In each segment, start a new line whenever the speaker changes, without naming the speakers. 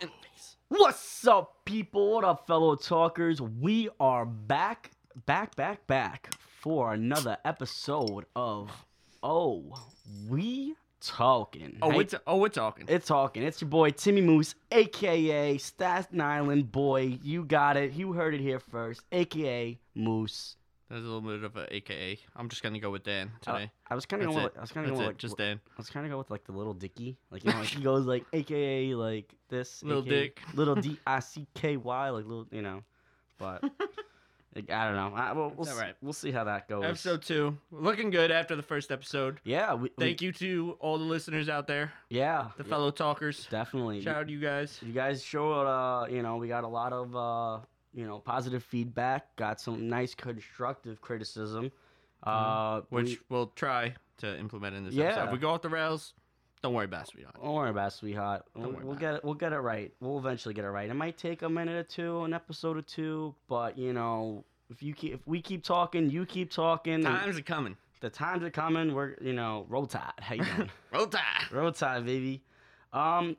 In the face.
What's up, people? What up, fellow talkers? We are back, back, back, back for another episode of Oh, We Talking.
Oh,
Hey,
we're, ta- oh, we're talking.
it's talking. It's your boy Timmy Moose, aka Staten Island Boy. You got it. You heard it here first, aka Moose.
There's a little bit of a AKA. I'm just gonna go with Dan today.
I was kind of
That's
going.
it.
With, I was kind of
That's
going.
it.
Like,
Just
I
Dan.
was kind of going with like the little Dicky. Like you know, like he goes like aka like this
Little
AKA
dick.
little D I C K Y like little you know, but like, I don't know. I, we'll we'll,
It's all
see,
right.
we'll see how that goes.
Episode two, looking good after the first episode.
Yeah. We,
Thank you to all the listeners out there,
you. Yeah.
the
yeah,
fellow talkers.
Definitely.
Shout out to you guys.
you guys showed uh you know we got a lot of uh you know positive feedback got some nice constructive criticism uh
Mm-hmm. Which
we-
we'll try to implement in this
Yeah.
episode. If we go off the rails, don't worry about it, sweetheart.
don't worry about it, sweetheart we'll,
Don't worry
we'll
about
get it we'll get it right we'll eventually get it right it might take a minute or two an episode or two but you know if you keep if we keep talking you keep talking and
Times are coming.
the times are coming we're you know roll tide how you doing
Roll Tide.
Road time, baby. Um.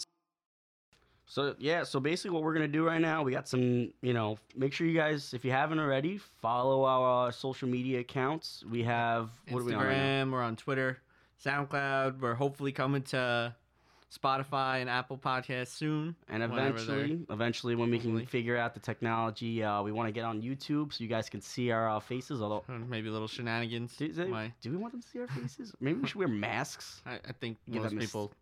So yeah, so basically what we're gonna do right now, we got some, you know, make sure you guys, if you haven't already, follow our uh, social media accounts. We have what are we on? right now?
Instagram, we're on Twitter, SoundCloud. We're hopefully coming to Spotify and Apple Podcasts soon.
And
Whenever they're-
eventually, eventually when we can
Hopefully.
figure out the technology, uh, we want to get on YouTube so you guys can see our uh, faces. Although,
Uh, Maybe little shenanigans.
do, is it-
My-
do we want them to see our faces? Maybe we should wear masks.
I, I think
Give
most
them a s-
people.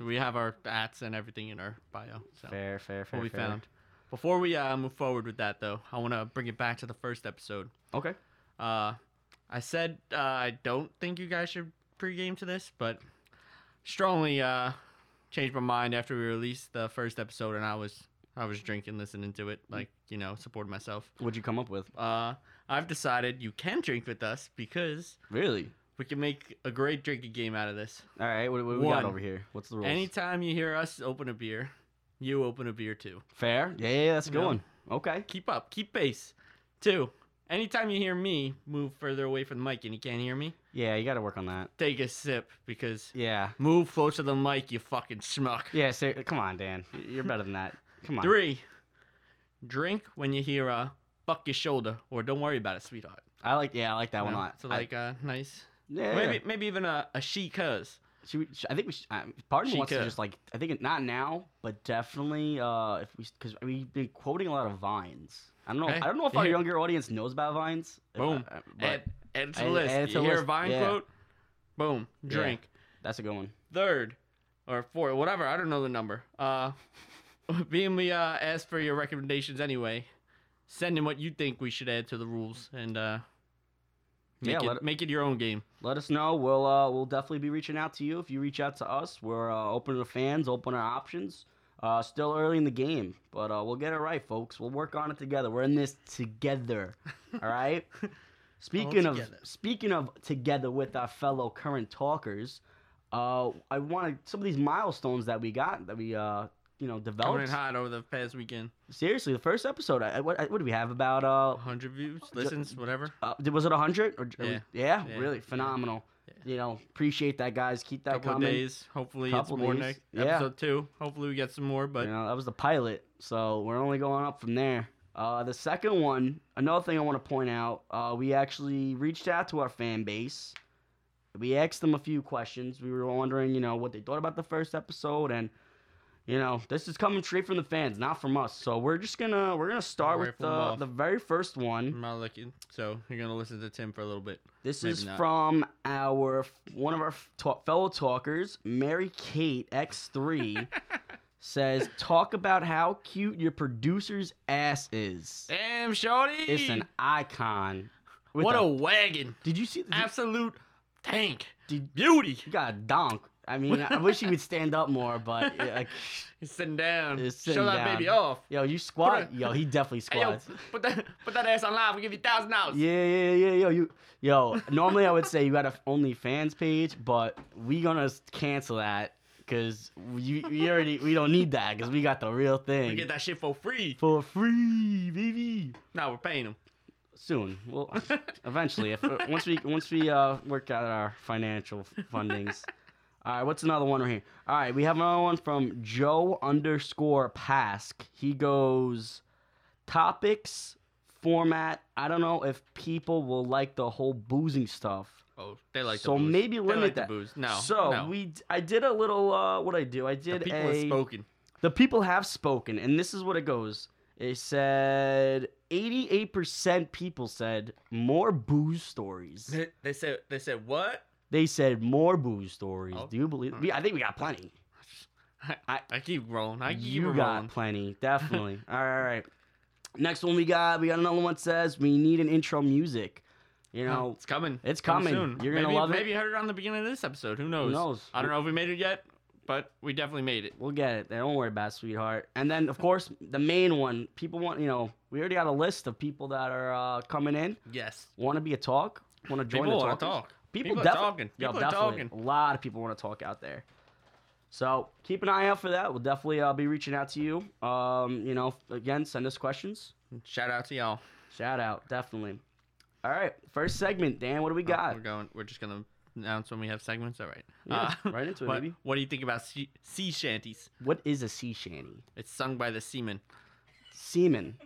We have our ads and everything in our bio. So
Fair, fair, fair.
what we
fair.
found. Before we uh, move forward with that, though, I want to bring it back to the first episode.
Okay.
Uh, I said uh, I don't think you guys should pregame to this, but strongly uh, changed my mind after we released the first episode, and I was I was drinking, listening to it, like you know, supporting myself.
What'd you come up with?
Uh, I've decided you can drink with us because
Really?
we can make a great drinking game out of this.
All right. What, what do we got
One.
over here? What's the rules?
Anytime you hear us open a beer, you open a beer too.
Fair. Yeah, yeah, that's a good
No.
one. Okay.
Keep up, keep pace. Two. Anytime you hear me move further away from the mic and you can't hear me,
Yeah, you got to work on that.
take a sip because
Yeah.
Move close to the mic, you fucking schmuck.
Yeah, ser- come on, Dan. Y- You're better than that. Come on.
Three, drink when you hear a fuck your shoulder or don't worry about it, sweetheart.
I like yeah, I like that
You
one a
know?
lot.
So
I-
like, uh, nice.
yeah,
Maybe
yeah.
maybe even a, a she cuz.
Should we, sh I think we should, uh, Pardon
She
wants to
could.
just like I think it, not now, but definitely uh if we cuz we've been quoting a lot of vines. I don't know.
Okay.
I don't know if our
Yeah.
younger audience knows about vines. if-
Boom.
uh, but
Add, add to the
Add-
list.
add to
you
the
hear
list,
a Vine
yeah.
quote? Boom. Drink.
that's a good one.
Third, or fourth, whatever. I don't know the number. Uh, being we uh, asked for your recommendations anyway, send in what you think we should add to the rules and uh, make,
Yeah,
it,
let it-
make it your own game.
Let us know. We'll uh, we'll definitely be reaching out to you if you reach out to us. We're uh, open to fans, open to options. Uh, still early in the game, but uh, we'll get it right, folks. We'll work on it together. We're in this together. All right. Speaking
All
of
together.
speaking of together with our fellow current talkers, uh, I wanted some of these milestones that we got that we uh, you know
Coming in
developed.
hot over the past weekend.
Seriously, the first episode. I, what, I, what do we have about uh,
100 views, listens, whatever.
Uh, did- was it 100? Or, or-
Yeah.
yeah,
Yeah.
really
Yeah.
phenomenal.
Yeah.
You know, appreciate that, guys. Keep that
couple
coming.
of days. Hopefully,
Couple
it's more
days.
next
Yeah.
episode two. Hopefully, we get some more.
You
But
know, that was the pilot, so we're only going up from there. Uh, the second one, another thing I want to point out, uh, we actually reached out to our fan base. We asked them a few questions. We were wondering, you know, what they thought about the first episode, and you know, this is coming straight from the fans, not from us. So we're just gonna we're gonna start with
Rifle them
the
off.
the very first one.
I'm not looking. So you're gonna listen to Tim for a little bit.
This
Maybe
is
not.
from our one of our ta- fellow talkers, Mary Kate X3, says, "Talk about how cute your producer's ass is.
Damn, shorty!
It's an icon. With
what a wagon!
did you see? The,
Absolute tank
did
beauty.
you got a donk? I mean, I wish he would stand up more, but yeah, like,
He's sitting down.
He's
Show
sitting
that
down.
baby off.
yo, you squat.
Put a-
Yo, he definitely
Hey, yo,
squats.
put that put that ass on live. We give you thousand dollars.
Yeah, yeah, yeah, yo, you, yo. Normally, I would say you got a OnlyFans page, but we gonna s- cancel that because we, we already we don't need that because we got the real
We
thing
get that shit for free.
for free, baby.
Now we're paying him.
Soon, well, uh, eventually, if once we once we uh, work out our financial fundings. All right, what's another one right here? All right, we have another one from Joe underscore Pask. He goes, topics, format. I don't know if people will like the whole boozing stuff.
Oh, they like
So
the booze.
maybe
They
limit
like
that.
The booze. No.
so
no.
we, d- I did a little. Uh, what I do? I
the
did
people
a.
have spoken.
The people have spoken, and this is what it goes. It said 88% people said more booze stories.
They, they said they said what?
They said more booze stories.
Oh.
Do you believe? We, I think we got plenty.
I keep rolling. I keep
you
rolling.
got plenty, definitely. all right, all right. Next one we got. We got another one says we need an intro music. You know,
it's coming.
it's
Come
coming.
soon.
You're gonna
maybe,
love it.
Maybe you heard it on the beginning of this episode. Who knows?
who knows?
I don't know if we made it yet, but we definitely made it.
We'll get it. Don't worry about it, sweetheart. And then, of course, the main one. People want, you know, we already got a list of people that are uh, coming in.
Yes.
Want to be a talk? Want to join
People
the
want
talk?
to talk.
People,
People are
defi-
talking.
Yo,
People are
definitely.
talking.
A lot of people want to talk out there. So keep an eye out for that. We'll definitely uh, be reaching out to you. Um, you know, again, send us questions.
Shout out to y'all.
Shout out, definitely. All right, first segment, Dan. What do we
Oh,
got?
we're going. We're just gonna announce when we have segments. All right. Uh,
Yeah, right into it,
what,
baby.
What do you think about sea, sea shanties?
what is a sea shanty?
It's sung by the seamen
Seaman,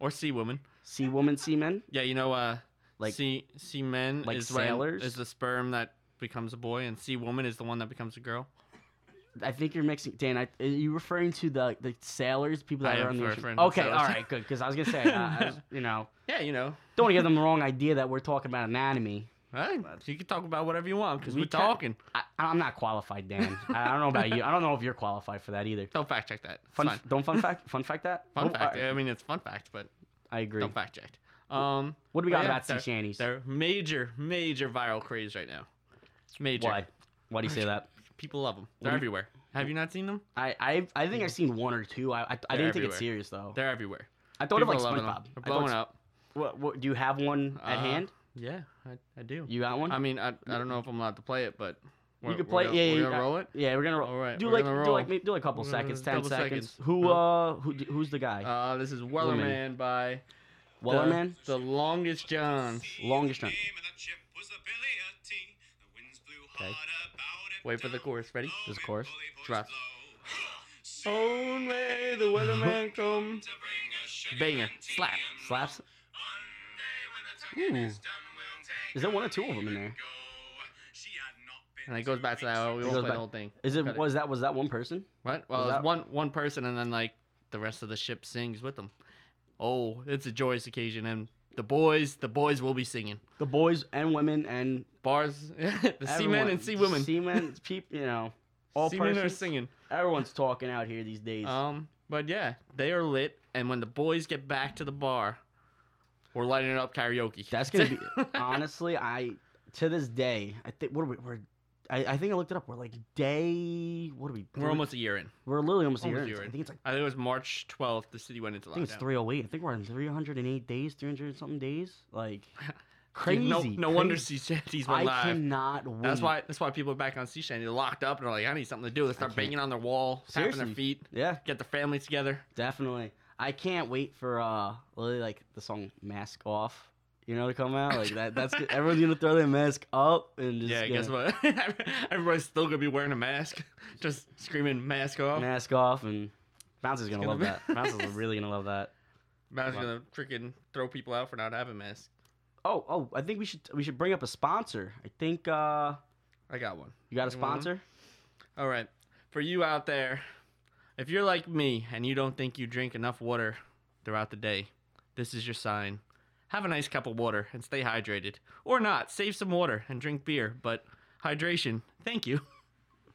or sea woman.
sea woman, seaman.
Yeah, you know, uh,
Like-
like sea seamen
like
is when-
sailors?
is the sperm that becomes a boy, and sea woman is the one that becomes a girl.
I think you're mixing. Dan, I, are you referring to the the sailors, people that
I
are
am
on the
referring
ocean?
to
Okay, all
sailors.
right, good. Because I was gonna say, uh, I was- you know,
Yeah, you know.
don't want to give them the wrong idea that we're talking about anatomy.
Right? You can talk about whatever you want because
We
we are
ca-
talking.
I, I'm not qualified, Dan. I don't know about you. I don't know if you're qualified for that either.
Don't fact check that. It's
Fun,
fine.
don't fun fact. Fun fact that.
Fun
Oh,
fact.
I,
I mean, it's fun fact, but
I agree.
don't fact check. Um,
What do we
but
got
yeah,
about sea
they're-
shanties?
They're major, major viral craze right now. Major.
Why? Why do you say that?
People love them. They're
What do you-
everywhere. Have you not seen them?
I I, I think I've seen one or two. I I, I didn't
They're
think it's
everywhere.
serious though.
They're everywhere.
I thought
People are
of Oh. like
loving them.
SpongeBob.
They're blowing up.
What, what, do you have one at
Uh,
hand?
Yeah, I, I do.
You got one?
I mean, I, I don't know if I'm allowed to play it, but
you
we're-
can
we're
play.
gonna-
yeah, yeah,
we're
you
gonna
got-
roll it.
Yeah, we're gonna roll.
All right,
do
we're
like
gonna
do
roll.
like maybe do like a couple
We're gonna
seconds,
do
ten
double
seconds.
seconds.
Who
Huh?
uh who d- who's the guy?
Uh, this is Wellerman by
Wellerman,
the, the Longest John.
longest run.
Okay.
Wait for the chorus. Ready?
This
is chorus.
Drop.
Oh.
Only the Wellerman come. Banger. Slap.
Slaps.
Ooh.
Is there one or two of them in there?
And it goes back to that. oh, We won't
It goes
play
back-
the whole thing.
Is it
Cut
was that was that one person?
What? Well,
that-
it's one one person, and then like the rest of the ship sings with them. Oh, it's a joyous occasion, and the boys, the boys will be singing.
The boys and women and
Bars, the seamen
everyone-
and sea women.
Seamen, people, you know, all
seamen are
persons.
singing.
Everyone's talking out here these days.
Um, but yeah, they are lit, and when the boys get back to the bar, we're lighting it up karaoke.
That's gonna be honestly, I to this day, I think what are we? We're, I, I think I looked it up. We're like day. What are we?
we're almost a year in.
We're literally almost,
almost
here.
a year
I
in.
think it's like
I think it was March 12th. The city went into
I
lockdown.
think it's 308. I think we're in 308 days, 300 and something days. Like crazy.
Dude, No, no wonder
crazy.
sea shanties went
I
live.
cannot wait.
That's why. That's why people are back on sea shanty. They're locked up and they're like, I need something to do. They start
can't.
banging on their wall, tapping
Seriously.
their feet,
Yeah,
get their families together.
definitely. I can't wait for uh, really like the song "Mask Off." You know, to come out like that. That's good. everyone's gonna throw their mask up and just
yeah,
gonna-
guess what? Everybody's still gonna be wearing a mask, just screaming mask off.
mask off and Bouncer's gonna,
gonna
love
be-
that. Bouncer's really gonna love that.
Mask
Wow.
gonna freaking throw people out for not having masks.
Oh, oh, I think we should we should bring up a sponsor. I think uh
I got one.
you got a
You want one?
sponsor?
All right, for you out there, if you're like me and you don't think you drink enough water throughout the day, this is your sign. Have a nice cup of water and stay hydrated, or not. Save some water and drink beer, but hydration. Thank you.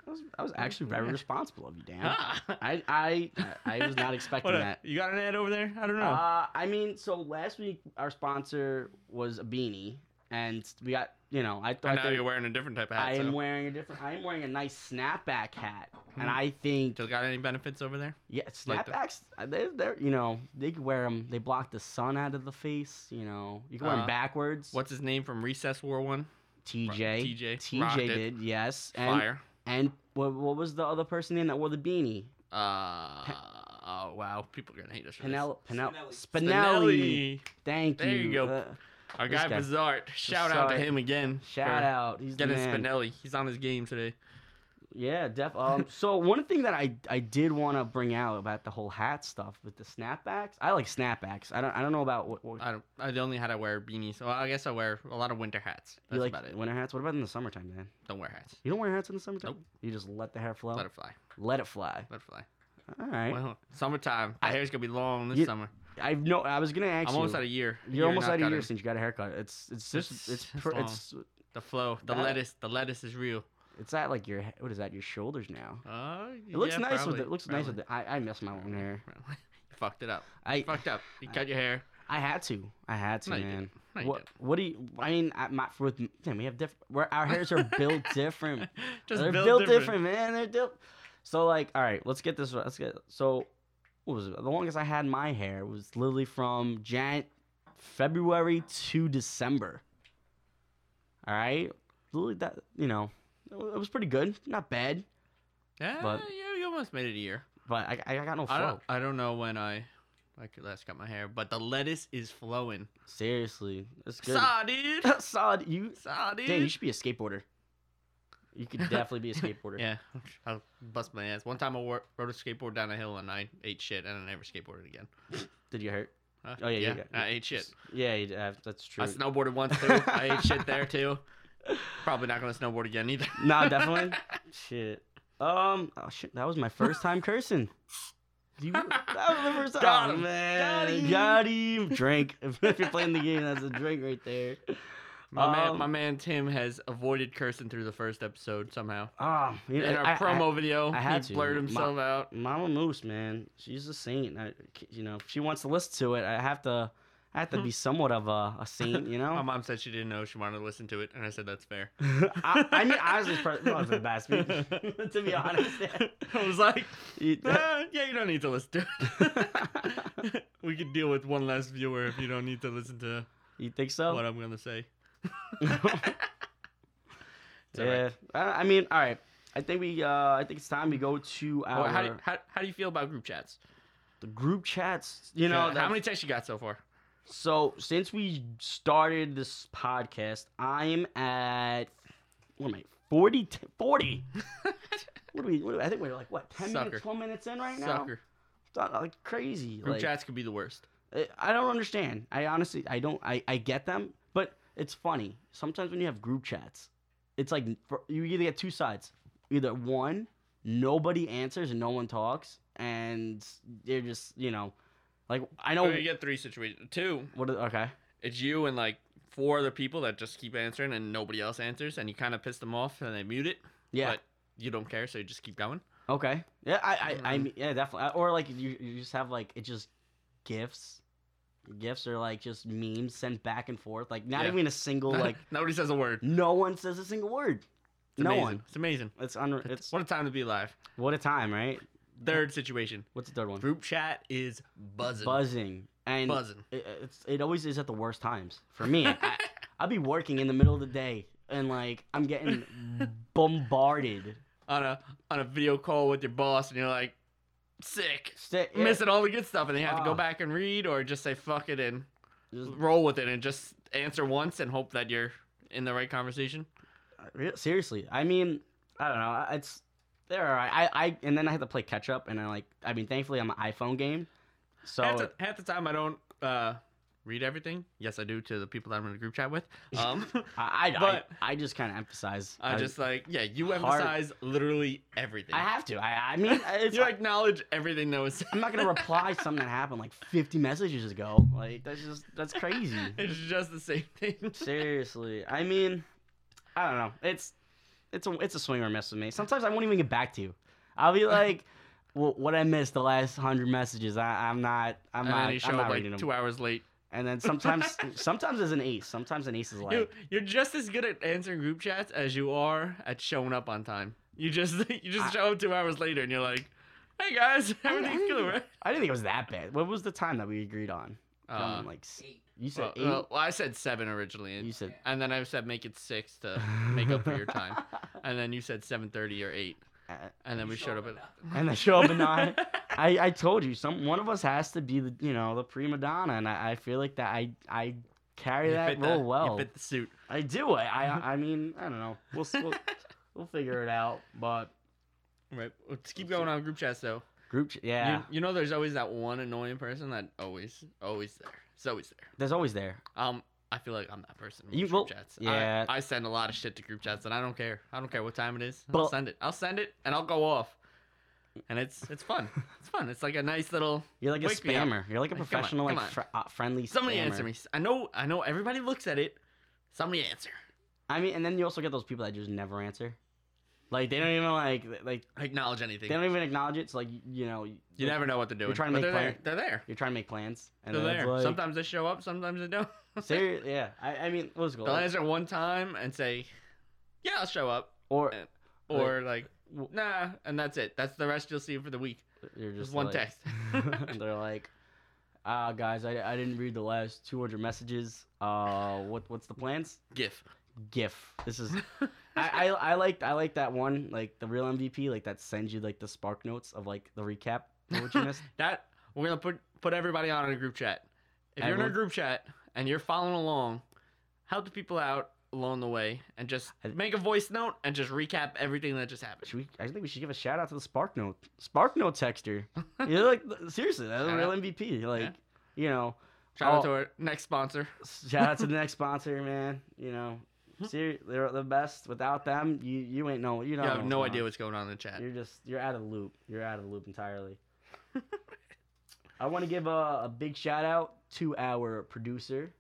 That was, that was actually very responsible of you, Dan.
Ah.
I I I was not expecting
What a-
that.
You got an ad over there? I don't know.
Uh, I mean, so last week our sponsor was a beanie, and we got you know I
and
thought
now
that
you're wearing a different type of hat.
I
so.
am wearing a different. I am wearing a nice snapback hat, and
Hmm.
I think
Still got any benefits over there?
yeah,
like the-
snapbacks. They're, they're you know they can wear them. They block the sun out of the face. You know you can wear them
Uh,
backwards.
What's his name from Recess War One?
TJ?
TJ. Rocked
TJ
it.
did yes. And
Fire.
and what, what was the other person in that wore the beanie?
Uh, oh wow, people are gonna hate us. for this.
Penel Penel Spinelli.
Spinelli.
Thank you.
There you go.
Uh,
Our
This
guy,
guy.
Bizarre. Shout out to
Bizarre.
him again.
shout
for
out. He's the
Getting
man.
Spinelli. He's on his game today.
Yeah, def. Um, so one thing that I I did want to bring out about the whole hat stuff with the snapbacks. I like snapbacks. I don't I don't know about what, what
I don't. I only had to wear beanies. So I guess I wear a lot of winter hats.
you
That's
like
about it.
winter hats. What about in the summertime, man?
Don't wear hats.
You don't wear hats in the summertime.
Nope.
You just let the hair flow.
Let it fly.
Let it fly.
Let it fly.
All right.
Well, summertime. My
I-
hair's gonna be long this
You-
summer.
I've no. I was gonna ask
I'm almost
you.
at a year.
you're almost
not
out of
gotten
years since you got a haircut. It's it's just it's it's,
It's
per,
long.
it's
The flow. The
That-
lettuce. The lettuce is real.
it's at like your he- what is that your shoulders now.
Uh,
It looks
yeah,
nice
probably,
with it. Looks nice with
probably,
it. I, I miss my long hair.
probably. You fucked it up.
I
You fucked up. You cut your hair.
I had to. I had to,
No, you
man.
didn't. No, you
what what do you? I mean, I, my, with man, we have different. Where our hairs are built different.
didn't. Just
They're
built
built
different.
different, man. They're built. So like, all right, let's get this. Let's get so. What was it? The longest I had my hair was literally from Jan, February to December. All right, literally that you know, it wa- it was pretty good, not bad,
Yeah,
but-
you, you almost made it a year.
but I I got no
I
flow.
don't, I don't know when I like last got my hair, but the lettuce is flowing.
Seriously, it's good.
Saw, dude.
Saw you.
Saw,
Damn, you
dude.
should be a skateboarder. You could definitely be a skateboarder.
Yeah, I'll bust my ass. One time I wore, rode a skateboard down a hill and I ate shit and I never skateboarded again.
Did you hurt?
Huh?
Oh, yeah, you
yeah.
got-
I ate shit.
Yeah, you, uh, that's true.
I snowboarded once too. I ate shit there too. Probably not gonna snowboard again either.
nah, definitely. shit. Um, oh shit, that was my first time cursing. You, that was the first time.
Got
Oh,
him.
man.
Got him.
Got him. Drink. If, if you're playing the game, that's a drink right there.
My
Um,
man, my man Tim has avoided cursing through the first episode somehow.
Ah, you know,
In our
I- I-
promo video,
I had to.
he blurred
My-
himself out.
Mama Moose, man, she's a saint. I, you know, if she wants to listen to it, I have to, I have to
Hmm.
be somewhat of a, a saint. You know,
My mom said she didn't know. She wanted to listen to it, and I said that's fair.
I, I mean, I was just probably one of the best. to be honest,
I was like,
You-
"Ah, yeah, you don't need to listen to it. we could deal with one less viewer if you don't need to listen to
you think so?
what I'm gonna say. It's all
yeah.
right.
I, I mean, all right. I think we. Uh, I think it's time we go to
Well,
our
how, do you, how, how do you feel about group chats?
the group chats. You know,
how
that's-
many texts you got so far?
So since we started this podcast, I'm at what am I? 40, t- 40. what do we? What do we- I think we're like what ten
Sucker.
minutes, twelve minutes in right now.
Sucker.
It's not, like crazy.
Group
like,
chats could be the worst.
I- Uh, I don't understand. I honestly, I don't. I, I get them, but it's funny. Sometimes when you have group chats, it's like for, you either get two sides. Either one, nobody answers and no one talks, and they're just you know, like I know.
Oh, you get three situations. Two,
What? are- Okay.
it's you and like four other people that just keep answering and nobody else answers, and you kind of piss them off and they mute it.
Yeah.
But you don't care, so you just keep going.
okay. Yeah. I. I. I
Um,
mean, yeah. Definitely. Or like you, you just have like it just gifts. Gifts are like just memes sent back and forth. Like not
Yeah.
even a single like.
nobody says a word.
No one says a single word.
It's
no
amazing.
one.
It's amazing.
It's unreal. It's
what a time to be alive.
What a time, right?
Third situation.
What's the third one?
Group chat is buzzing.
Buzzing. And
Buzzing.
It, it's it always is at the worst times for me. I, I'll be working in the middle of the day and like I'm getting bombarded.
on a on a video call with your boss and you're like, sick.
Sti- yeah,
Missing all the good stuff and they have to
Ah.
go back and read or just say fuck it and
just-
roll with it and just answer once and hope that you're in the right conversation.
re- uh, seriously, I mean, I don't know. It's they're all right. I, I and then I had to play catch up, and I like. I mean, thankfully, I'm an iPhone game, so
half, the, half the time I don't uh, read everything. Yes, I do to the people that I'm in the group chat with. Um,
I I,
but-
I, I just kind of emphasize.
I just like yeah, you
Hard.
emphasize literally everything.
I have to. I I mean, it's
you acknowledge everything that was.
I'm not gonna reply something that happened like 50 messages ago. Like that's just that's crazy.
it's just the same thing.
Seriously, I mean, I don't know. It's it's a it's a swing or miss with me. Sometimes I won't even get back to you. I'll be like, well, what I missed the last hundred messages. I, I'm not. I'm
and
not.
then you
I'm
show
not
up
reading
like
them.
two hours late.
And then sometimes sometimes it's an ace. Sometimes an ace is like.
You, you're just as good at answering group chats as you are at showing up on time. You just you just
I-
show up two hours later and you're like, hey guys, everything's good, right?
I didn't think it was that bad. What was the time that we agreed on?
Uh,
Someone like s-
Eight.
you said
well,
eight.
well, I said seven originally,
you
and,
said
and then I said make it six to make up for your time. And then you said seven thirty or eight, and then we showed up at.
and then show Uh, up at nine. I, I told you, some one of us has to be the you know the prima donna, and I, I feel like that I I carry
You
that Mm-hmm.
fit the-
role
you
well.
fit the suit.
I do. I, I I mean I don't know. We'll s- we'll, we'll figure it out. But
Right. Let's keep going on group chats though.
Group, ch- yeah.
You, you know, there's always that one annoying person that always, always there. It's always there.
There's always there.
Um, I feel like I'm that person. with
You-
group
well,
chats.
yeah.
I, I send a lot of shit to group chats, and I don't care. I don't care what time it is. I'll
But-
send it. I'll send it, and I'll go off. And it's it's fun. It's fun. It's like a nice little.
You're like a
Wake me up.
spammer. You're like a
Like, come on,
professional,
come
like
on.
fr- uh, friendly.
Somebody
spammer.
answer me. I know. I know. Everybody looks at it. Somebody answer.
I mean, and then you also get those people that just never answer. Like they don't even like like
Acknowledge
they
anything.
don't even acknowledge it. So like you know
you never know what they're doing.
trying to
but
make
they're
plan-
there. They're there.
you're trying to make plans and
They're
then
there.
it's like,
sometimes they show up. Sometimes they don't.
Seriously, yeah. I, I mean, what's
They'll
going
answer one time and say, "Yeah, I'll show up,"
Or
or like,
w-
"Nah," and that's it. That's the rest you'll see for the week.
you're just
Just one
like-
text.
they're like, ah, guys, I, I didn't read the last 200 messages. Uh, what what's the plans?
GIF.
GIF. This is I, I I liked I like that one like the real MVP like that sends you like the spark notes of like the recap of what you missed.
That we're gonna put put everybody on in a group chat. If you're in
Everyone?
a group chat and you're following along, help the people out along the way and just
I-
make a voice note and just recap everything that just happened.
Should we? I think we should give a shout out to the spark note spark note texter. You're like seriously, that's a
Shout
real
out.
MVP. Like you know,
Shout out to
Oh.
our next sponsor.
shout out to the next sponsor, man. You know. Ser- they're the best. Without them, you you ain't know you
Hmm. You
don't
have
know
no
what's
idea
going on.
what's going on in the chat.
You're just you're out of the loop. You're out of the loop entirely. I want to give a, a big shout out to our producer,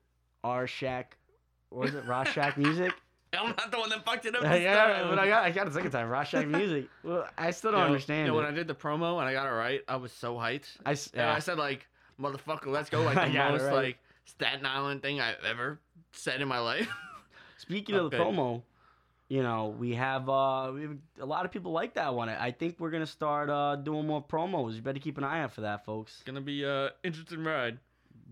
R Shack, or is it Roshak Music?
I'm not the one that fucked it up.
yeah,
this time.
but I got I got it second time. Roshak Music. Well, I still don't
Yo,
understand.
yo,
it.
when I did the promo and I got it right, I was so hyped.
I s-
And
yeah.
I said like, "Motherfucker, let's go!" Like
I
the
got it
most
right.
like Staten Island thing I've ever said in my life.
Speaking of the
Okay.
promo, you know we have uh we have a lot of people like that one. I think we're gonna start uh doing more promos. You better keep an eye out for that, folks.
It's gonna be a interesting ride.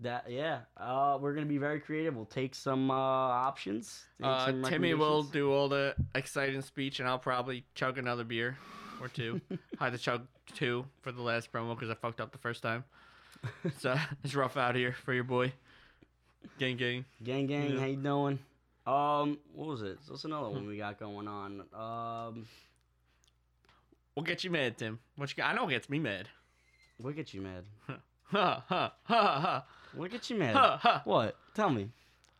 That yeah, uh, we're gonna be very creative. We'll take some uh, options. take
Uh,
some
Timmy will
recommendations.
do all the exciting speech, and I'll probably chug another beer or two. I had to chug two for the last promo because I fucked up the first time. So it's rough out here for your boy. Gang, gang.
Gang gang,
Yeah.
how you doing? Um, what was it? What's another one we got going on? Um,
We'll get you mad, Tim. What you got? I know what gets me mad.
what get you mad?
Ha ha ha ha
What get you mad?
ha ha.
What? Tell me.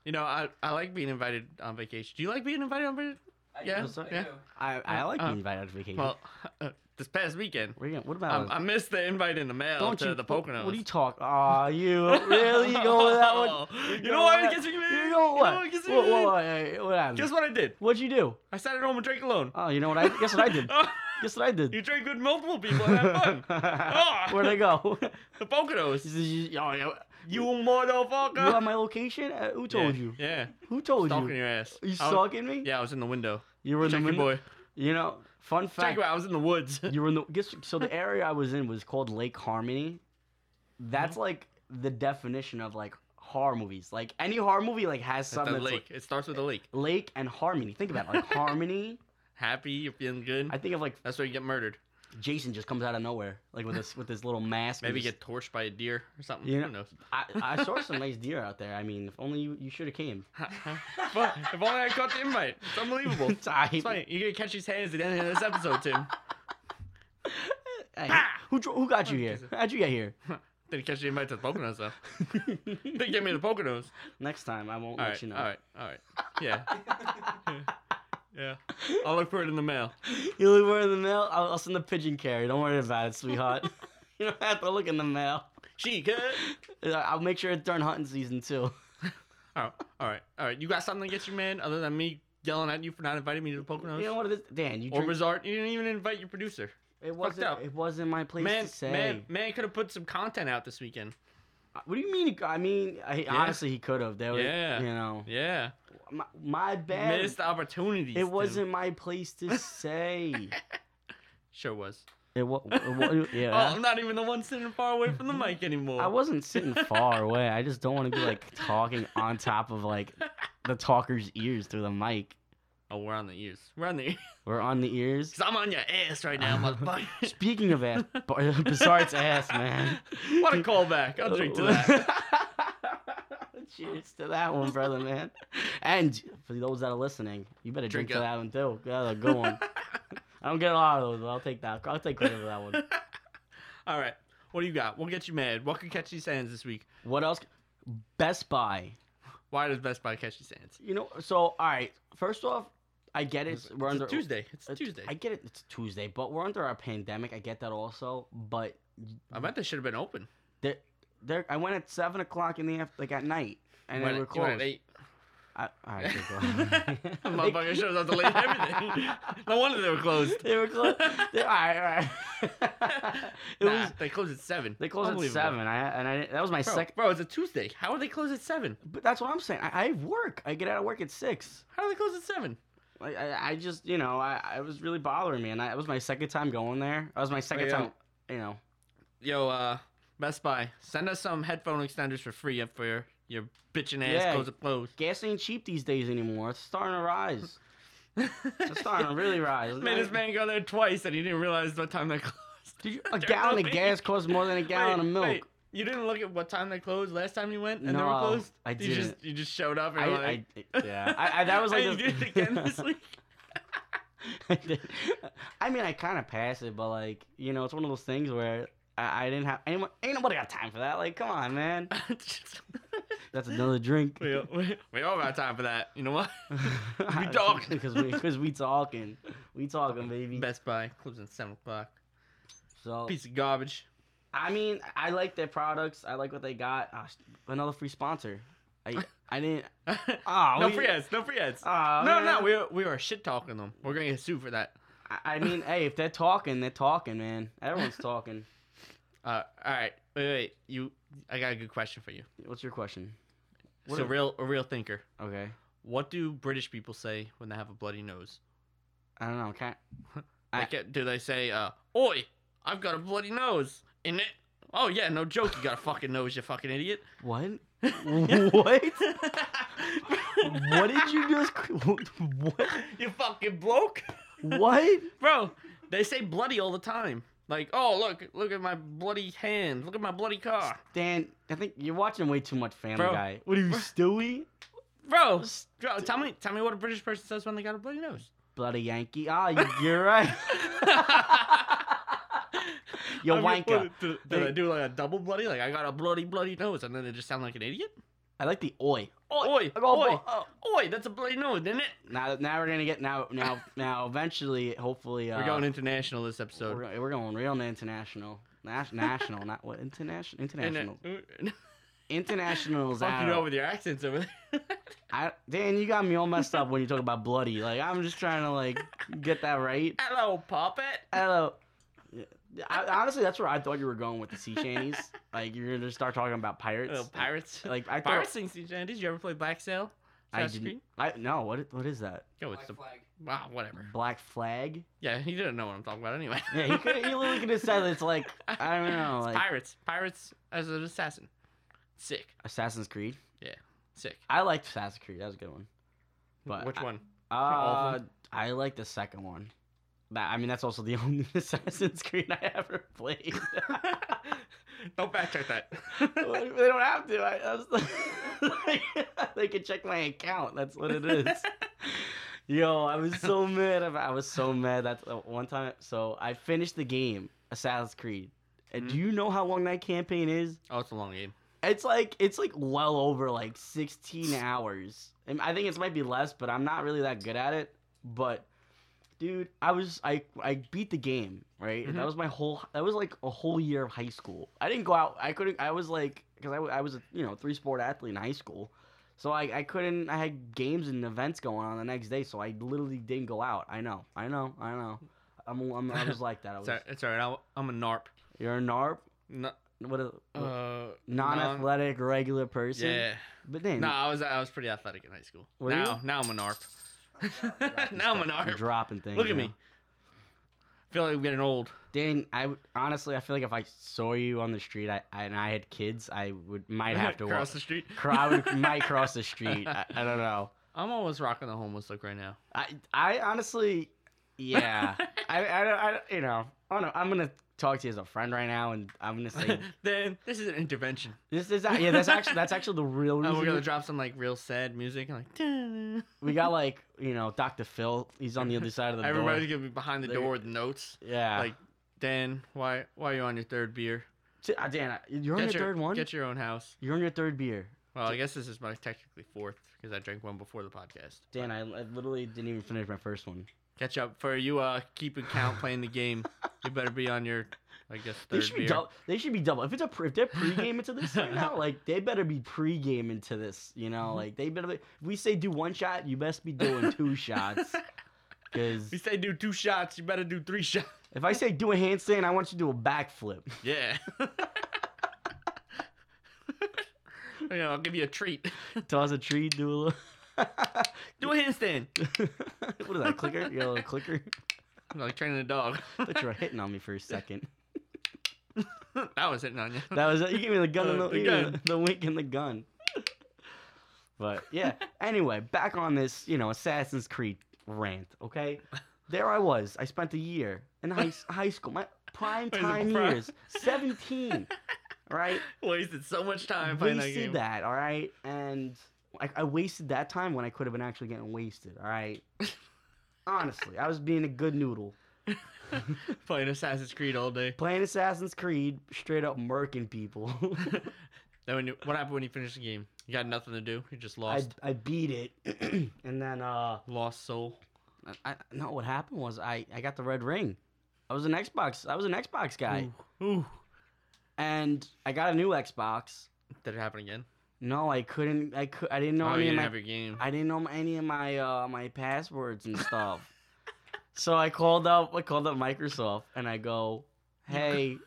You know, I, I like being invited on vacation. Do you like being invited on vacation? Yeah,
What's up?
yeah.
I, I like
Uh,
being invited to vacation.
Well, uh, this past weekend,
Where you going? What
I,
about?
I missed the invite in the mail
don't
to
you?
the
what,
Poconos.
what do you talk? Ah, you really you go with that one?
You,
You're
know
going
why
with
it
that-
gets me mad?
You're
You
going
know
what?
why it gets me
What?
mad?
What? what- what happened?
Guess what I did?
What'd you do?
I sat at home and drank alone.
Oh, you know what I? Guess what I did? Guess what I did?
you drank with multiple people and had fun.
Where'd I go?
The
He
Poconos.
says, "You- yo, yo,
You
you have
motherfucker.
my location? Uh, who told
yeah,
you?
Yeah.
Who told
Stalking
you?
your ass.
You
I was-
stalking me?
Yeah, I was in the window.
You were in
Check
the
your
window.
boy.
You know, fun
Check
fact.
you out. I was in the woods.
You were in the guess, so the area I was in was called Lake Harmony.
Mm-hmm.
That's like the definition of like horror movies. Like any horror movie like has
At
something
the
that's
lake. It starts with a lake.
like lake and harmony. Think about it, like harmony.
Happy, you're feeling good.
I think of like
That's where you get murdered.
Jason just comes out of nowhere, like with this with this little mask. and
Maybe
just-
get torched by a deer or something.
You
Who knows?
I, I saw some nice deer out there. I mean, if only you, you should have came.
Fuck, if only I caught the invite. It's unbelievable. It's
I,
fine. You're gonna catch his hands at the end of this episode, Tim.
Hey,
Ah!
who, dro- who got you here? How'd you get here?
Didn't catch the invite to the Poconos though. They gave me the Poconos.
Next time, I won't
All
let
right,
you know.
all right, all right. Yeah, yeah. I'll look for it in the mail.
you look for it in the mail. I'll, I'll send the pigeon carrier. Don't worry about it, sweetheart. you don't have to look in the mail.
She could.
I- I'll make sure it's during hunting season too.
Oh, all right, all right. You got something against your man other than me yelling at you for not inviting me to the Poconos?
You know what it is, Dan? You
or
drink,
Resort? You didn't even invite your producer.
it wasn't.
up.
It wasn't my place
Man,
to say. Uh,
man, man could have put some content out this weekend.
What do you mean? I mean, I, honestly, he could have. There was,
Yeah.
you know,
Yeah,
my, my bad.
missed opportunities.
it
Tim.
wasn't my place to say.
Sure was.
It was. yeah.
Oh, I'm not even the one sitting far away from the mic anymore.
I wasn't sitting far away. I just don't want to be like talking on top of like the talker's ears through the mic.
Oh, we're on the ears. We're on the ears.
We're on the ears.
'Cause I'm on your ass right now, motherfucker.
Speaking of ass, Bar- Bizarre's ass, man.
what a callback. I'll drink to that.
Cheers to that one, brother, man. And for those that are listening, you better drink,
Drink
to
up.
that one too. That's a good one. I don't get a lot of those, but I'll take that. I'll take credit for that one.
All right. What do you got? What get you mad? What could catch these hands this week?
What else? Best Buy.
Why does Best Buy catch these hands?
You know, so all right. First off, I get it. We're
It's
under
a Tuesday. It's a
uh,
Tuesday.
I get it. It's Tuesday, but we're under a pandemic. I get that also, but
I meant they should have been open.
they're, they're, I went at seven o'clock in the after, like at night, and
Went
they
at-
were
you went
closed.
at eight.
I, all right, they're closed.
Motherfucker shows up to late everything. No wonder they were closed.
They were closed. They, all right, all right. it
Nah,
was.
they closed at seven.
They closed at
Unbelievable.
seven. I and I that was my
Bro,
second.
bro, it's a Tuesday. How are they closed at seven?
But that's what I'm saying. I, I have work. I get out of work at six.
How are they closed at seven?
Like I, I just you know I, I was really bothering me, and I, it was my second time going there. That was my second
Oh, yeah.
time. You know.
Yo, uh, Best Buy, send us some headphone extenders for free up for your, your bitching ass
Yeah.
close to close.
gas ain't cheap these days anymore. It's starting to rise. It's starting to really rise.
Made this man go there twice and he didn't realize what time they closed.
Did you, a
They're
gallon of
open.
gas costs more than a gallon
Wait,
of milk.
wait, you didn't look at what time they closed last time you went and they were
No,
closed?
I
You
didn't.
just, you just showed up and
I,
you were like,
I, yeah, I, I, that was like
and you
the-
did it again this week?
I did. I mean, I kind of passed it, but like you know, it's one of those things where I, I didn't have anyone. Ain't nobody got time for that. Like, come on, man. That's another drink.
we, we, we all got time for that. You know what?
we
talking.
because we because we talking, we talking, baby.
Best Buy closing at 7 o'clock.
So
Piece of garbage.
I mean, I like their products. I like what they got. Ah, sh- another free sponsor. I I didn't. Ah,
no
we-
free ads. No free ads.
Ah,
no,
man.
no, we we are shit talking them. We're gonna get sued for that.
I I mean, hey, if they're talking, they're talking, man. Everyone's talking.
Uh, all right, wait, wait. You, I got a good question for you.
What's your question?
It's
What
a
if-
real, a real thinker.
Okay.
What do British people say when they have a bloody nose?
I don't know. Can't. I-
Like, uh, do they say, uh, "Oi, I've got a bloody nose," in it? Oh yeah, no joke. You got a fucking nose, you fucking idiot.
What? what? what did you just? What?
You fucking bloke,
What?
bro. They say bloody all the time. Like, oh look, look at my bloody hand. Look at my bloody car,
Dan, I think you're watching way too much Family
Bro.
Guy. What are you, Stewie?
bro. Bro, tell me, tell me what a British person says when they got a bloody nose.
Bloody Yankee. Ah, you- you're right. Yo, wanker.
Did,
They-
I do like a double bloody? Like I got a bloody bloody nose, and then they just sound like an idiot.
I like the oi.
Oi, oi,
I go,
oi,
"Bo- oh."
oi, that's a bloody nose, isn't it?
Now, now we're gonna get now, now, now. Eventually, hopefully, uh,
We're going international this
We're,
episode.
go- we're going real international. Nas- national, not what international.
And, uh,
International.
fuck
Internationals out.
you know with your accents over there.
I, Dan, you got me all messed up when you talk about bloody. Like I'm just trying to like get that right.
Hello, puppet.
Hello. I, honestly, that's where I thought you were going with the sea shanties. Like you're gonna start talking about pirates.
Hello, pirates.
Like I thought.
Oh, Pirates sing sea shanties. You ever play Black Sail?
I
Assassin's
didn't. I no. What i- what is that?
Creed? Yo, it's the wow, whatever.
Black flag.
Yeah, he didn't know what I'm talking about anyway.
Yeah, he could. He literally could have said it's like I don't know.
It's
Like
pirates, pirates as an assassin. Sick,
Assassin's Creed.
sick.
I liked Assassin's Creed. That was a good one. But
Which
I-
one? All
Uh, I like the second one. That I mean, that's also the only Assassin's Creed I ever played.
Don't backtrack that.
they don't have to. I, I was they can check my account. That's what it is. Yo, I was so mad. About, I was so mad. That's uh, one time. So I finished the game, Assassin's Creed. And do you know how long that campaign is?
oh, it's a long game.
It's like it's like well over like 16 hours. And I think it might be less, but I'm not really that good at it. But dude, I was I I beat the game, right? And
Mhm.
That was my whole that was like a whole year of high school. I didn't go out. I couldn't I was like cuz I, w- I was a, you know, three sport athlete in high school. So I, I couldn't I had games and events going on the next day, so I literally didn't go out. I know. I know. I know. I'm, I'm I was like that. I was,
It's all, it's all right. I'll, I'm a narp.
You're a narp.
No,
What a what-
uh,
non-athletic regular
non-
person.
Yeah.
But then
No, I was I was pretty athletic in high school.
Were
now now I'm a narp. now I'm a
I'm
narp.
dropping things.
Look at
you
me.
know.
I feel like I'm getting old.
Dan. I would- honestly, I feel like if I saw you on the street, I, I and I had kids, I would might have to
cross
walk.
the street.
Cro- I would might cross the street. I, I don't know.
I'm almost rocking the homeless look right now.
I I honestly, yeah. I I, don't- I don't- you know I don't know. I'm gonna talk to you as a friend right now, and I'm gonna say
then this is an intervention.
this is yeah. That's actually that's actually the real
And
reason.
Oh, we're gonna drop some like real sad music and like "Dun."
we got like you know Dr. Phil. He's on the other side of the
everybody's
door.
gonna be behind the
They're-
door with notes.
Yeah.
Like Dan, why why are you on your third beer?
T- ah, Dan, I- you're on your
Get your-
third one.
Get your own house.
You're on your third beer.
Well, I guess this is my technically fourth because I drank one before the podcast.
Dan, I, I literally didn't even finish my first one.
Catch up for you. Uh, keeping count, playing the game. You better be on your, I guess,
They
third
should be
beer.
double. They should be double. If it's a pre- if they're pre-game into this right now, like they better be pre-game into this. You
Mm-hmm.
know, like they better. Be, if we say do one shot, you best be doing two shots. Because
We say do two shots. You better do three shots.
if I say do a handstand, I want you to do a backflip.
Yeah. You know, I'll give you a treat.
Toss a tree, do a little.
Do a handstand.
what is that clicker? You got a little clicker?
I'm like training a dog.
I thought you were hitting on me for a second.
that was hitting on you.
That was it. You gave me the gun and
Uh,
the,
the
you gave me
gun.
the wink and the gun. But yeah. Anyway, back on this, you know, Assassin's Creed rant. Okay, there I was. I spent a year in high high school, my prime
Wait, is it
time
pri-
years, seventeen. Right,
Wasted so much time playing that
wasted
game.
that. All right, and I, I wasted that time when I could have been actually getting wasted. All right. Honestly, I was being a good noodle,
playing Assassin's Creed all day.
playing Assassin's Creed, straight up murking people.
Then when you, what happened when you finished the game? You got nothing to do. You just
I,
lost,
I beat it, and then uh,
lost soul.
I, I- no, what happened was I, I got the red ring. I was an Xbox. I was an Xbox guy,
Ooh, ooh.
and I got a new Xbox.
Did it happen again?
No, I couldn't. I could. I didn't know
oh,
any
you
of
didn't
my.
have your game.
I didn't know my- any of my uh, my passwords and stuff. so I called up. I called up Microsoft, and I go, "Hey,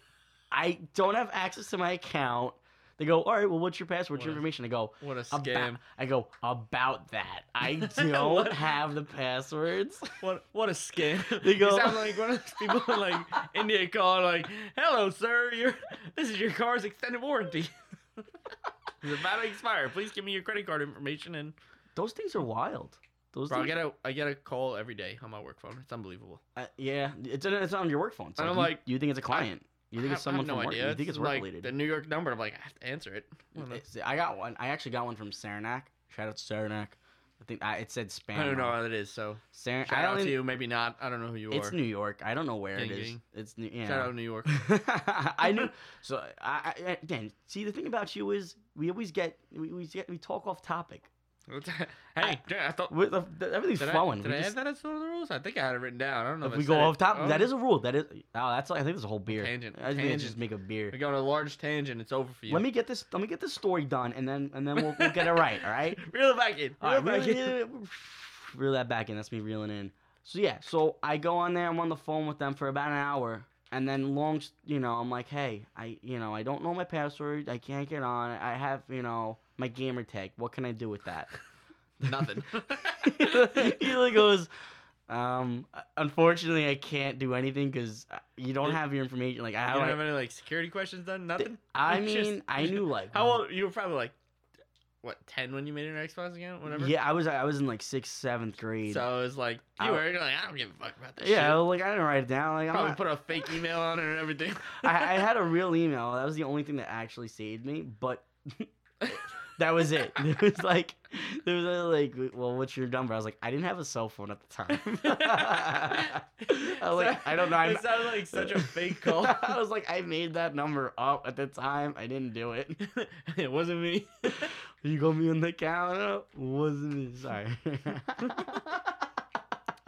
I don't have access to my account." They go, "All right, well, what's your password? What's your
What?
information?" I go,
what a
"About-
scam!
I go about that. I
What?
don't have the passwords.
What what a scam!
They go-
you sound like one of those people in like India call like, "Hello, sir. Your this is your car's extended warranty. it's about to expire. Please give me your credit card information." And
Those things are wild. Those
bro, I
things,
get a I get a call every day on my work phone. It's unbelievable.
uh, yeah, it's it's on your work phone. So
And I'm
you-
like,
you, think it's a client? you think
I
it's
have- I
someone
have no
from work?
idea.
You think it's work
like
related?
the New York number. I'm like, I have to answer it. I don't know.
It's- I got one. I actually got one from Saranac. Shout out to Saranac. I think I, it said spam.
I don't know
on it.
how that is. So
Saran-
shout
I don't
out to
even-
you. Maybe not. I don't know who you
It's
are.
New York. I don't know where
Gang,
it is.
gang.
It's New. Yeah.
Shout out to New York.
I knew. So I, I I- Dan. See, the thing about you is we always get we we, get, we talk off topic.
hey,
I-
I thought
We're, the, the- everything's
Did
flowing.
I,
We
did I
just-
add that as one of the rules? I think I had it written down. I don't know.
if
I
we
said
go
it.
off top,
Oh,
that is a rule. That is. Oh, that's. like- I think there's a whole beer.
tangent,
I think it's
tangent.
just make a beer.
We go on a large tangent. It's over for you.
Let me get this. Let me get this story done, and then and then we'll, we'll get it right. All right.
reel it back in. Reel
All right.
it back
Reel,
in.
reel- reel that back in. That's me reeling in. So yeah. So I go on there. I'm on the phone with them for about an hour, and then long. s- You know, I'm like, hey, I you know I don't know my password. I can't get on. I have you know my gamer tag. What can I do with that?
Nothing.
he like goes. Um, unfortunately, I can't do anything because you don't have your information. Like,
I
how do
don't
I
have any like security questions done. Nothing.
I
It's just-
mean, I knew like
How old? You were probably like what ten when you made an Xbox account? Whatever.
Yeah, I was I was in like sixth, seventh grade.
So it was like you
I-
were you're like I don't give a fuck about this.
yeah,
Shit.
like I didn't write it down. Like I'm
Probably
not-
put a fake email on it and everything.
I, I had a real email. That was the only thing that actually saved me. But that was it. It was like there was a, like, well, what's your number? I was like, I didn't have a cell phone at the time. I was like, I don't know. I'm-
It sounded like such a fake call.
I was like, I made that number up at the time. I didn't do it.
it wasn't me.
You got me on the counter? Wasn't me. Sorry.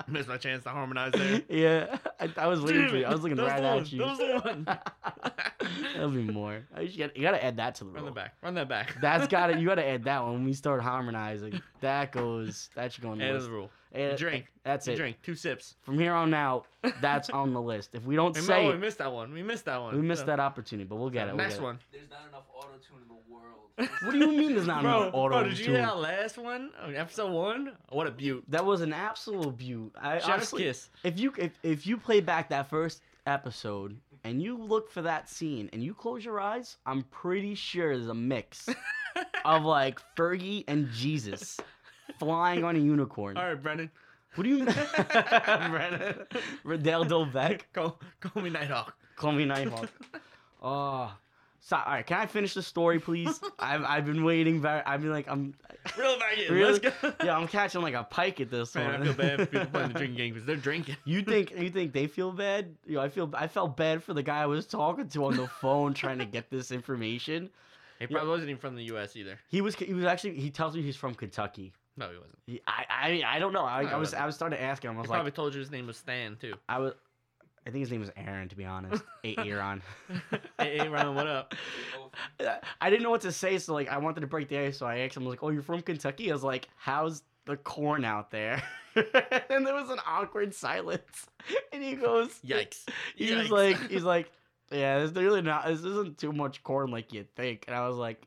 Missed my chance to harmonize there.
yeah, I, I was waiting
Damn
for you. I
it.
was looking
That was
right
the
at
one.
you.
That was the one.
That'll be more. I just gotta, you gotta add that to the
Run
rule.
that back. Run that back.
That's got to You gotta add that one when we start harmonizing. That goes. That should go on the
End of
list.
the rule.
Add-
Drink.
That's
You
it.
drink two sips.
From here on out, that's on the list. If we don't
Remember,
say
oh, we
it,
missed that one. We missed that one.
we missed
So-
that opportunity. But we'll get it. we'll
Next
get it.
one.
There's not enough auto tune in the world.
What do you mean there's not
bro,
enough auto
bro, did you hear
tune?
that last one? Oh, episode one? What a beaut.
That was an absolute beaut. I
Chef's
honestly,
kiss.
if you if, if you play back that first episode and you look for that scene and you close your eyes, I'm pretty sure there's a mix of like Fergie and Jesus flying on a unicorn.
All right, Brendan.
What do you mean? Brennan- Riddell Delvec.
Call, call me Nighthawk.
Columbia Nighthawk. Oh, so, all right. Can I finish the story, please? I've, I've been waiting. Very, I've been like, I'm,
Real back in.
Really?
Let's go.
yeah, I'm catching like a pike at this
Man,
one.
I feel bad for people playing the drinking game because they're drinking.
You think you think they feel bad? You know, I feel I felt bad for the guy I was talking to on the phone trying to get this information.
He probably wasn't even from the U.S. either.
He was he was actually he tells me he's from Kentucky.
No, he wasn't.
He, I, I I don't know. I,
No,
I was
wasn't.
I was starting to ask him. I
He
was like,
probably told you his name was Stan too.
I was. I think his name was Aaron, to be honest. A- Aaron.
hey, hey, Ron, what up?
I didn't know what to say, so like I wanted to break the ice, so I asked him, like, "Oh, you're from Kentucky?" I was like, "How's the corn out there?" and there was an awkward silence, and he goes,
Yikes!
He was
Yikes.
like, "He's like, yeah, this really not. This isn't too much corn like you'd think." And I was like,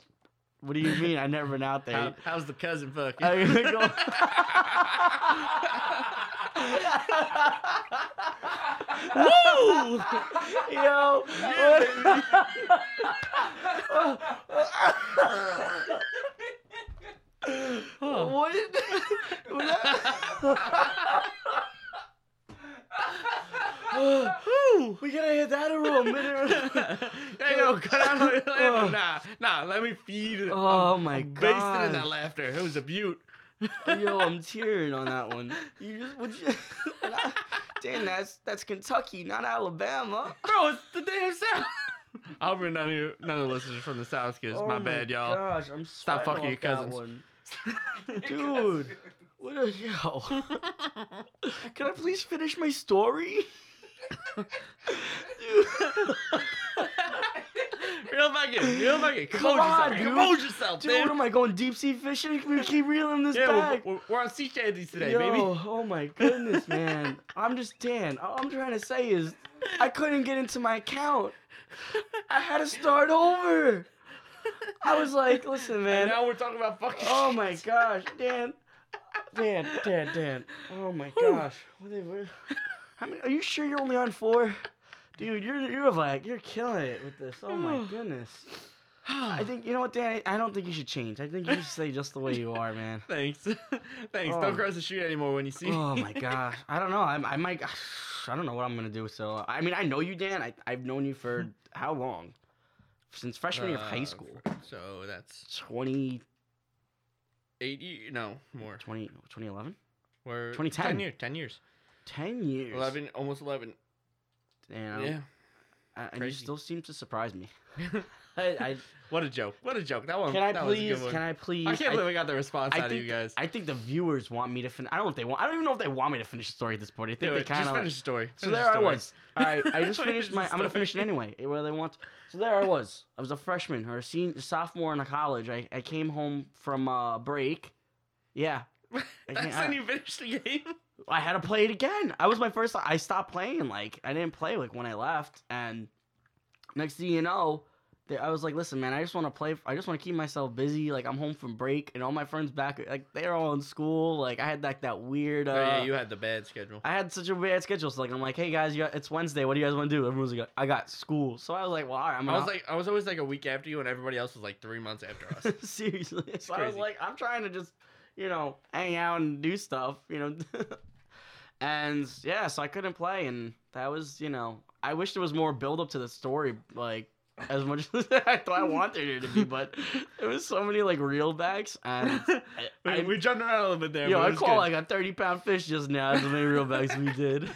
"What do you mean? I never been out
How,
there."
how's the cousin fucking?
I was like, Woo! Yo! What? What? we gotta hit that over a minute.
hey, yo, cut out my laughter. Nah, nah, let me feed it.
Oh my
I'm basting in that
god!
laughter. It was a beaut.
Yo, I'm tearing on that one. You just, would you, damn, that's that's Kentucky, not Alabama.
Bro, it's the damn South. I hope none of you, none of the listeners from the South because
Oh
my bad, y'all.
Gosh, I'm
Stop
sweating
fucking your
off that
cousins.
one. Dude, what a yo? Can I please finish my story? Dude.
real fucking, real fucking. Compose
Come on,
yourself.
dude.
Compose yourself,
Dude,
dude.
what am I going deep sea fishing? Can we keep reeling this
yeah, we're,
back?
we're, we're on sea shanties today,
Yo,
baby.
oh my goodness, man. I'm just Dan. All I'm trying to say is I couldn't get into my account. I had to start over. I was like, listen,
And
man.
now we're talking about fucking.
Oh my gosh, Dan. Dan, Dan, Dan. Oh my gosh. What they, what, how many, are you sure you're only on four? Dude, you're you're like you're killing it with this. Oh my goodness. I think you know what, Dan. I don't think you should change. I think you should stay just the way you are, man.
Thanks, thanks.
Oh.
Don't cross the street anymore when you see.
Oh
me.
my gosh. I don't know. I, I might. I don't know what I'm gonna do. So I mean, I know you, Dan. I I've known you for how long? Since freshman year of high
Uh,
school.
So that's
20,
80, no, more.
20 2011?
We're
2010.
10 years, 10 years.
10 years.
11, almost 11.
Damn.
Yeah.
I, and you
Crazy.
still seem to surprise me. I,
what a joke. What a joke. That
I,
one.
can I
that
please?
Was a good one.
Can I please?
I can't believe we got the response
I
out of
think
you guys.
I think the viewers want me to finish. I don't know if they want. I don't even know if they want me to finish the story at this point. I think
Do
they
it. Just
kind
finish
of.
the story.
So
Finish the
there I
story.
was. All right, I
Finish
just finished
the
my. I'm gonna
story.
finish it anyway, eh, whether they want. So there I was. I was a freshman or a senior, sophomore in college. I, I came home from uh, break. Yeah, I
That's
can't-
when
I-
you finished the game.
I had to play it again. I was my first. I stopped playing. Like I didn't play like when I left. And next thing you know, they, I was like, listen, man, I just want to play. I just want to keep myself busy. Like I'm home from break, and all my friends back. Like they're all in school. Like I had like that weird. Uh,
oh, yeah, you had the bad schedule.
I had such a bad schedule. So like I'm like, hey guys, you got, it's Wednesday. What do you guys want to do? Everyone's like, I got school. So I was like, well, all right, I'm
I
gonna.
was like, I was always like a week after you, and everybody else was like three months after us.
seriously. So I was
crazy.
like, I'm trying to just, you know, hang out and do stuff, you know. and yeah, so I couldn't play, and that was, you know, I wish there was more build up to the story, like as much as I thought I wanted it to be, but there was so many like reel backs, and I,
we,
I,
we jumped around a little bit there.
yo,
but it
I
was
caught
good.
like a thirty pound fish just now. As many reel backs we did.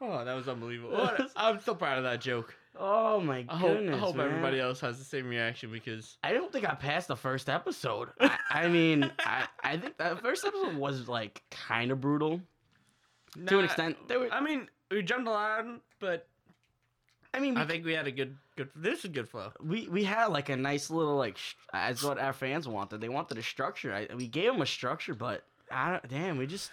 Oh, that was unbelievable. What a- I'm so proud of that joke.
Oh my
I hope,
goodness!
I hope
man.
everybody else has the same reaction because
I don't think I passed the first episode. I, I mean, I, I think that first episode was like kind of brutal to an
Nah,
extent. There were,
I mean, we jumped around, but
I mean, we,
I think we had a good, good. This is good flow.
we we had like a nice little like sh- that's what our fans wanted. They wanted a structure. I, we gave them a structure, but I don't, damn, we just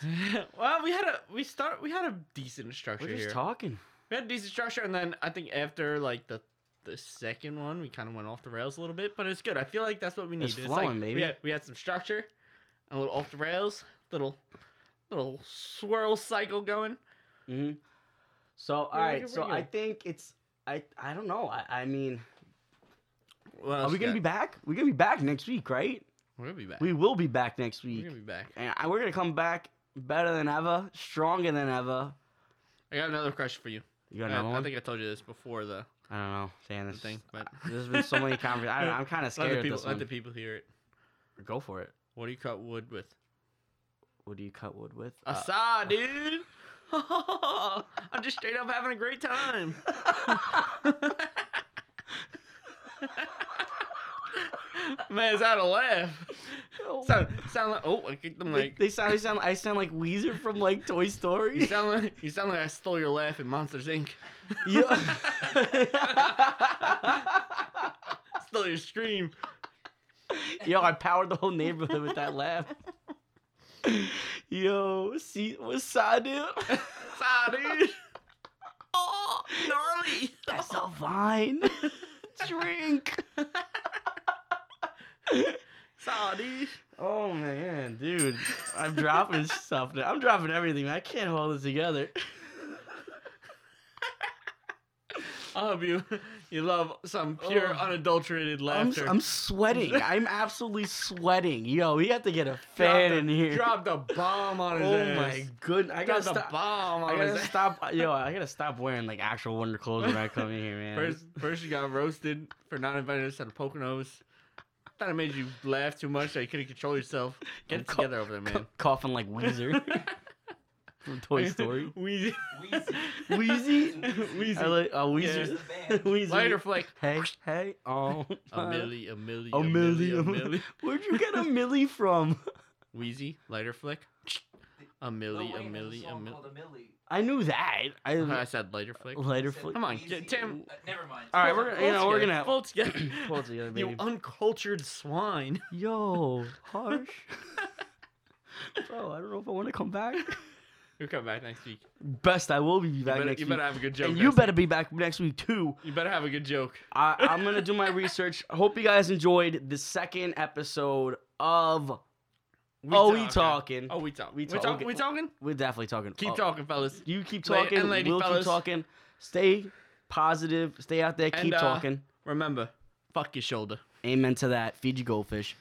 well, we had a we start we had a decent structure
we're just
here.
talking.
we had a decent structure, and then I think after like the the second one, we kind of went off the rails a little bit, but it's good. I feel like that's what we need.
It's
like,
flowing, baby.
We had, we had some structure, a little off the rails, little little swirl cycle going.
hmm So all
We're like
right,
a
so I
radio.
think it's I I don't know. I, I mean,
What
are we gonna be back? We're gonna be back next week, right?
We're gonna be back.
We will be back next
We're
week.
gonna be back.
and I- we're gonna come back better than ever, stronger than ever.
I got another question for you.
You got
I,
another
I
one?
think I told you this before the,
I don't know. Damn,
the
this
thing, but
There's been so many conversations. I don't know, I'm kind of
let
scared
the
of
people
this
let
one.
the people hear it.
Go for it.
What do you cut wood with?
What do you cut wood with?
A
Uh,
saw, dude. I'm just straight up having a great time. Man, is that a laugh? Sound, sound like oh, I kicked them
they,
like
they sound. They sound. I sound like Weezer from like Toy
you
Story.
sound like you sound like I stole your laugh in Monsters Inc.
Yeah.
Stole your scream.
Yo, I powered the whole neighborhood with that laugh. Yo, see what's I do?
Saw, dude. Oh, gnarly.
That's a vine. Drink.
Saw, dude.
Oh man, dude, I'm dropping stuff. Now. I'm dropping everything. man. I can't hold it together.
I hope you you love some pure
Oh.
unadulterated
I'm,
laughter.
I'm sweating. I'm absolutely sweating. Yo, we have to get a
Drop
fan
the-
in here.
Dropped a bomb on his
oh
ass.
my goodness, I gotta
Dropped a
stop.
bomb
I
on his
gotta
ass.
stop. Yo, I gotta stop wearing like actual winter clothes when I come in here, man.
First, first you got roasted for not inviting us to the Poconos. Thought it made you laugh too much that you couldn't control yourself. Get
I'm
it
cau-
together over there,
Cou-
man.
coughing like Weezer from Toy Story.
Wheezy.
Wheezy.
Wheezy,
Wheezy.
I like, uh,
Here's
Weezer.
the band.
Weezer.
Lighter flick.
Hey, hey, oh,
A milli, a milli,
A
a
milli,
milli,
a
a
milli.
milli.
Where'd you get a millie from?
Wheezy, lighter flick. A
Lil
milli, a
Wayne has
millie, a
song
milli.
called Millie.
I knew that. I
I said lighter flick.
lighter
It said
flick.
Come on,
Wheezy.
get- Tim.
Uh, never mind.
All right, we're gonna, you know, we're gonna
Pull together.
pull it together, baby.
You uncultured swine.
Yo, harsh. Bro, I don't know if I want to come back.
You'll come back next week.
Best, I will be
You
back
better,
next
you
week.
better have a good joke.
And you
next
better be back next week too.
week. You better have a good joke.
I, I'm gonna do my research. I hope you guys enjoyed the second episode of
We
Oh We
talking.
Talking.
Oh, we talk.
We
We
talk-
talk.
okay.
We talking.
We're definitely talking.
Keep
Oh,
talking, fellas.
You keep
La- and
talking.
lady
we'll keep
fellas.
talking. Stay positive. Stay out there. Keep
And, uh,
talking.
Remember, fuck your shoulder.
Amen to that. Feed your goldfish.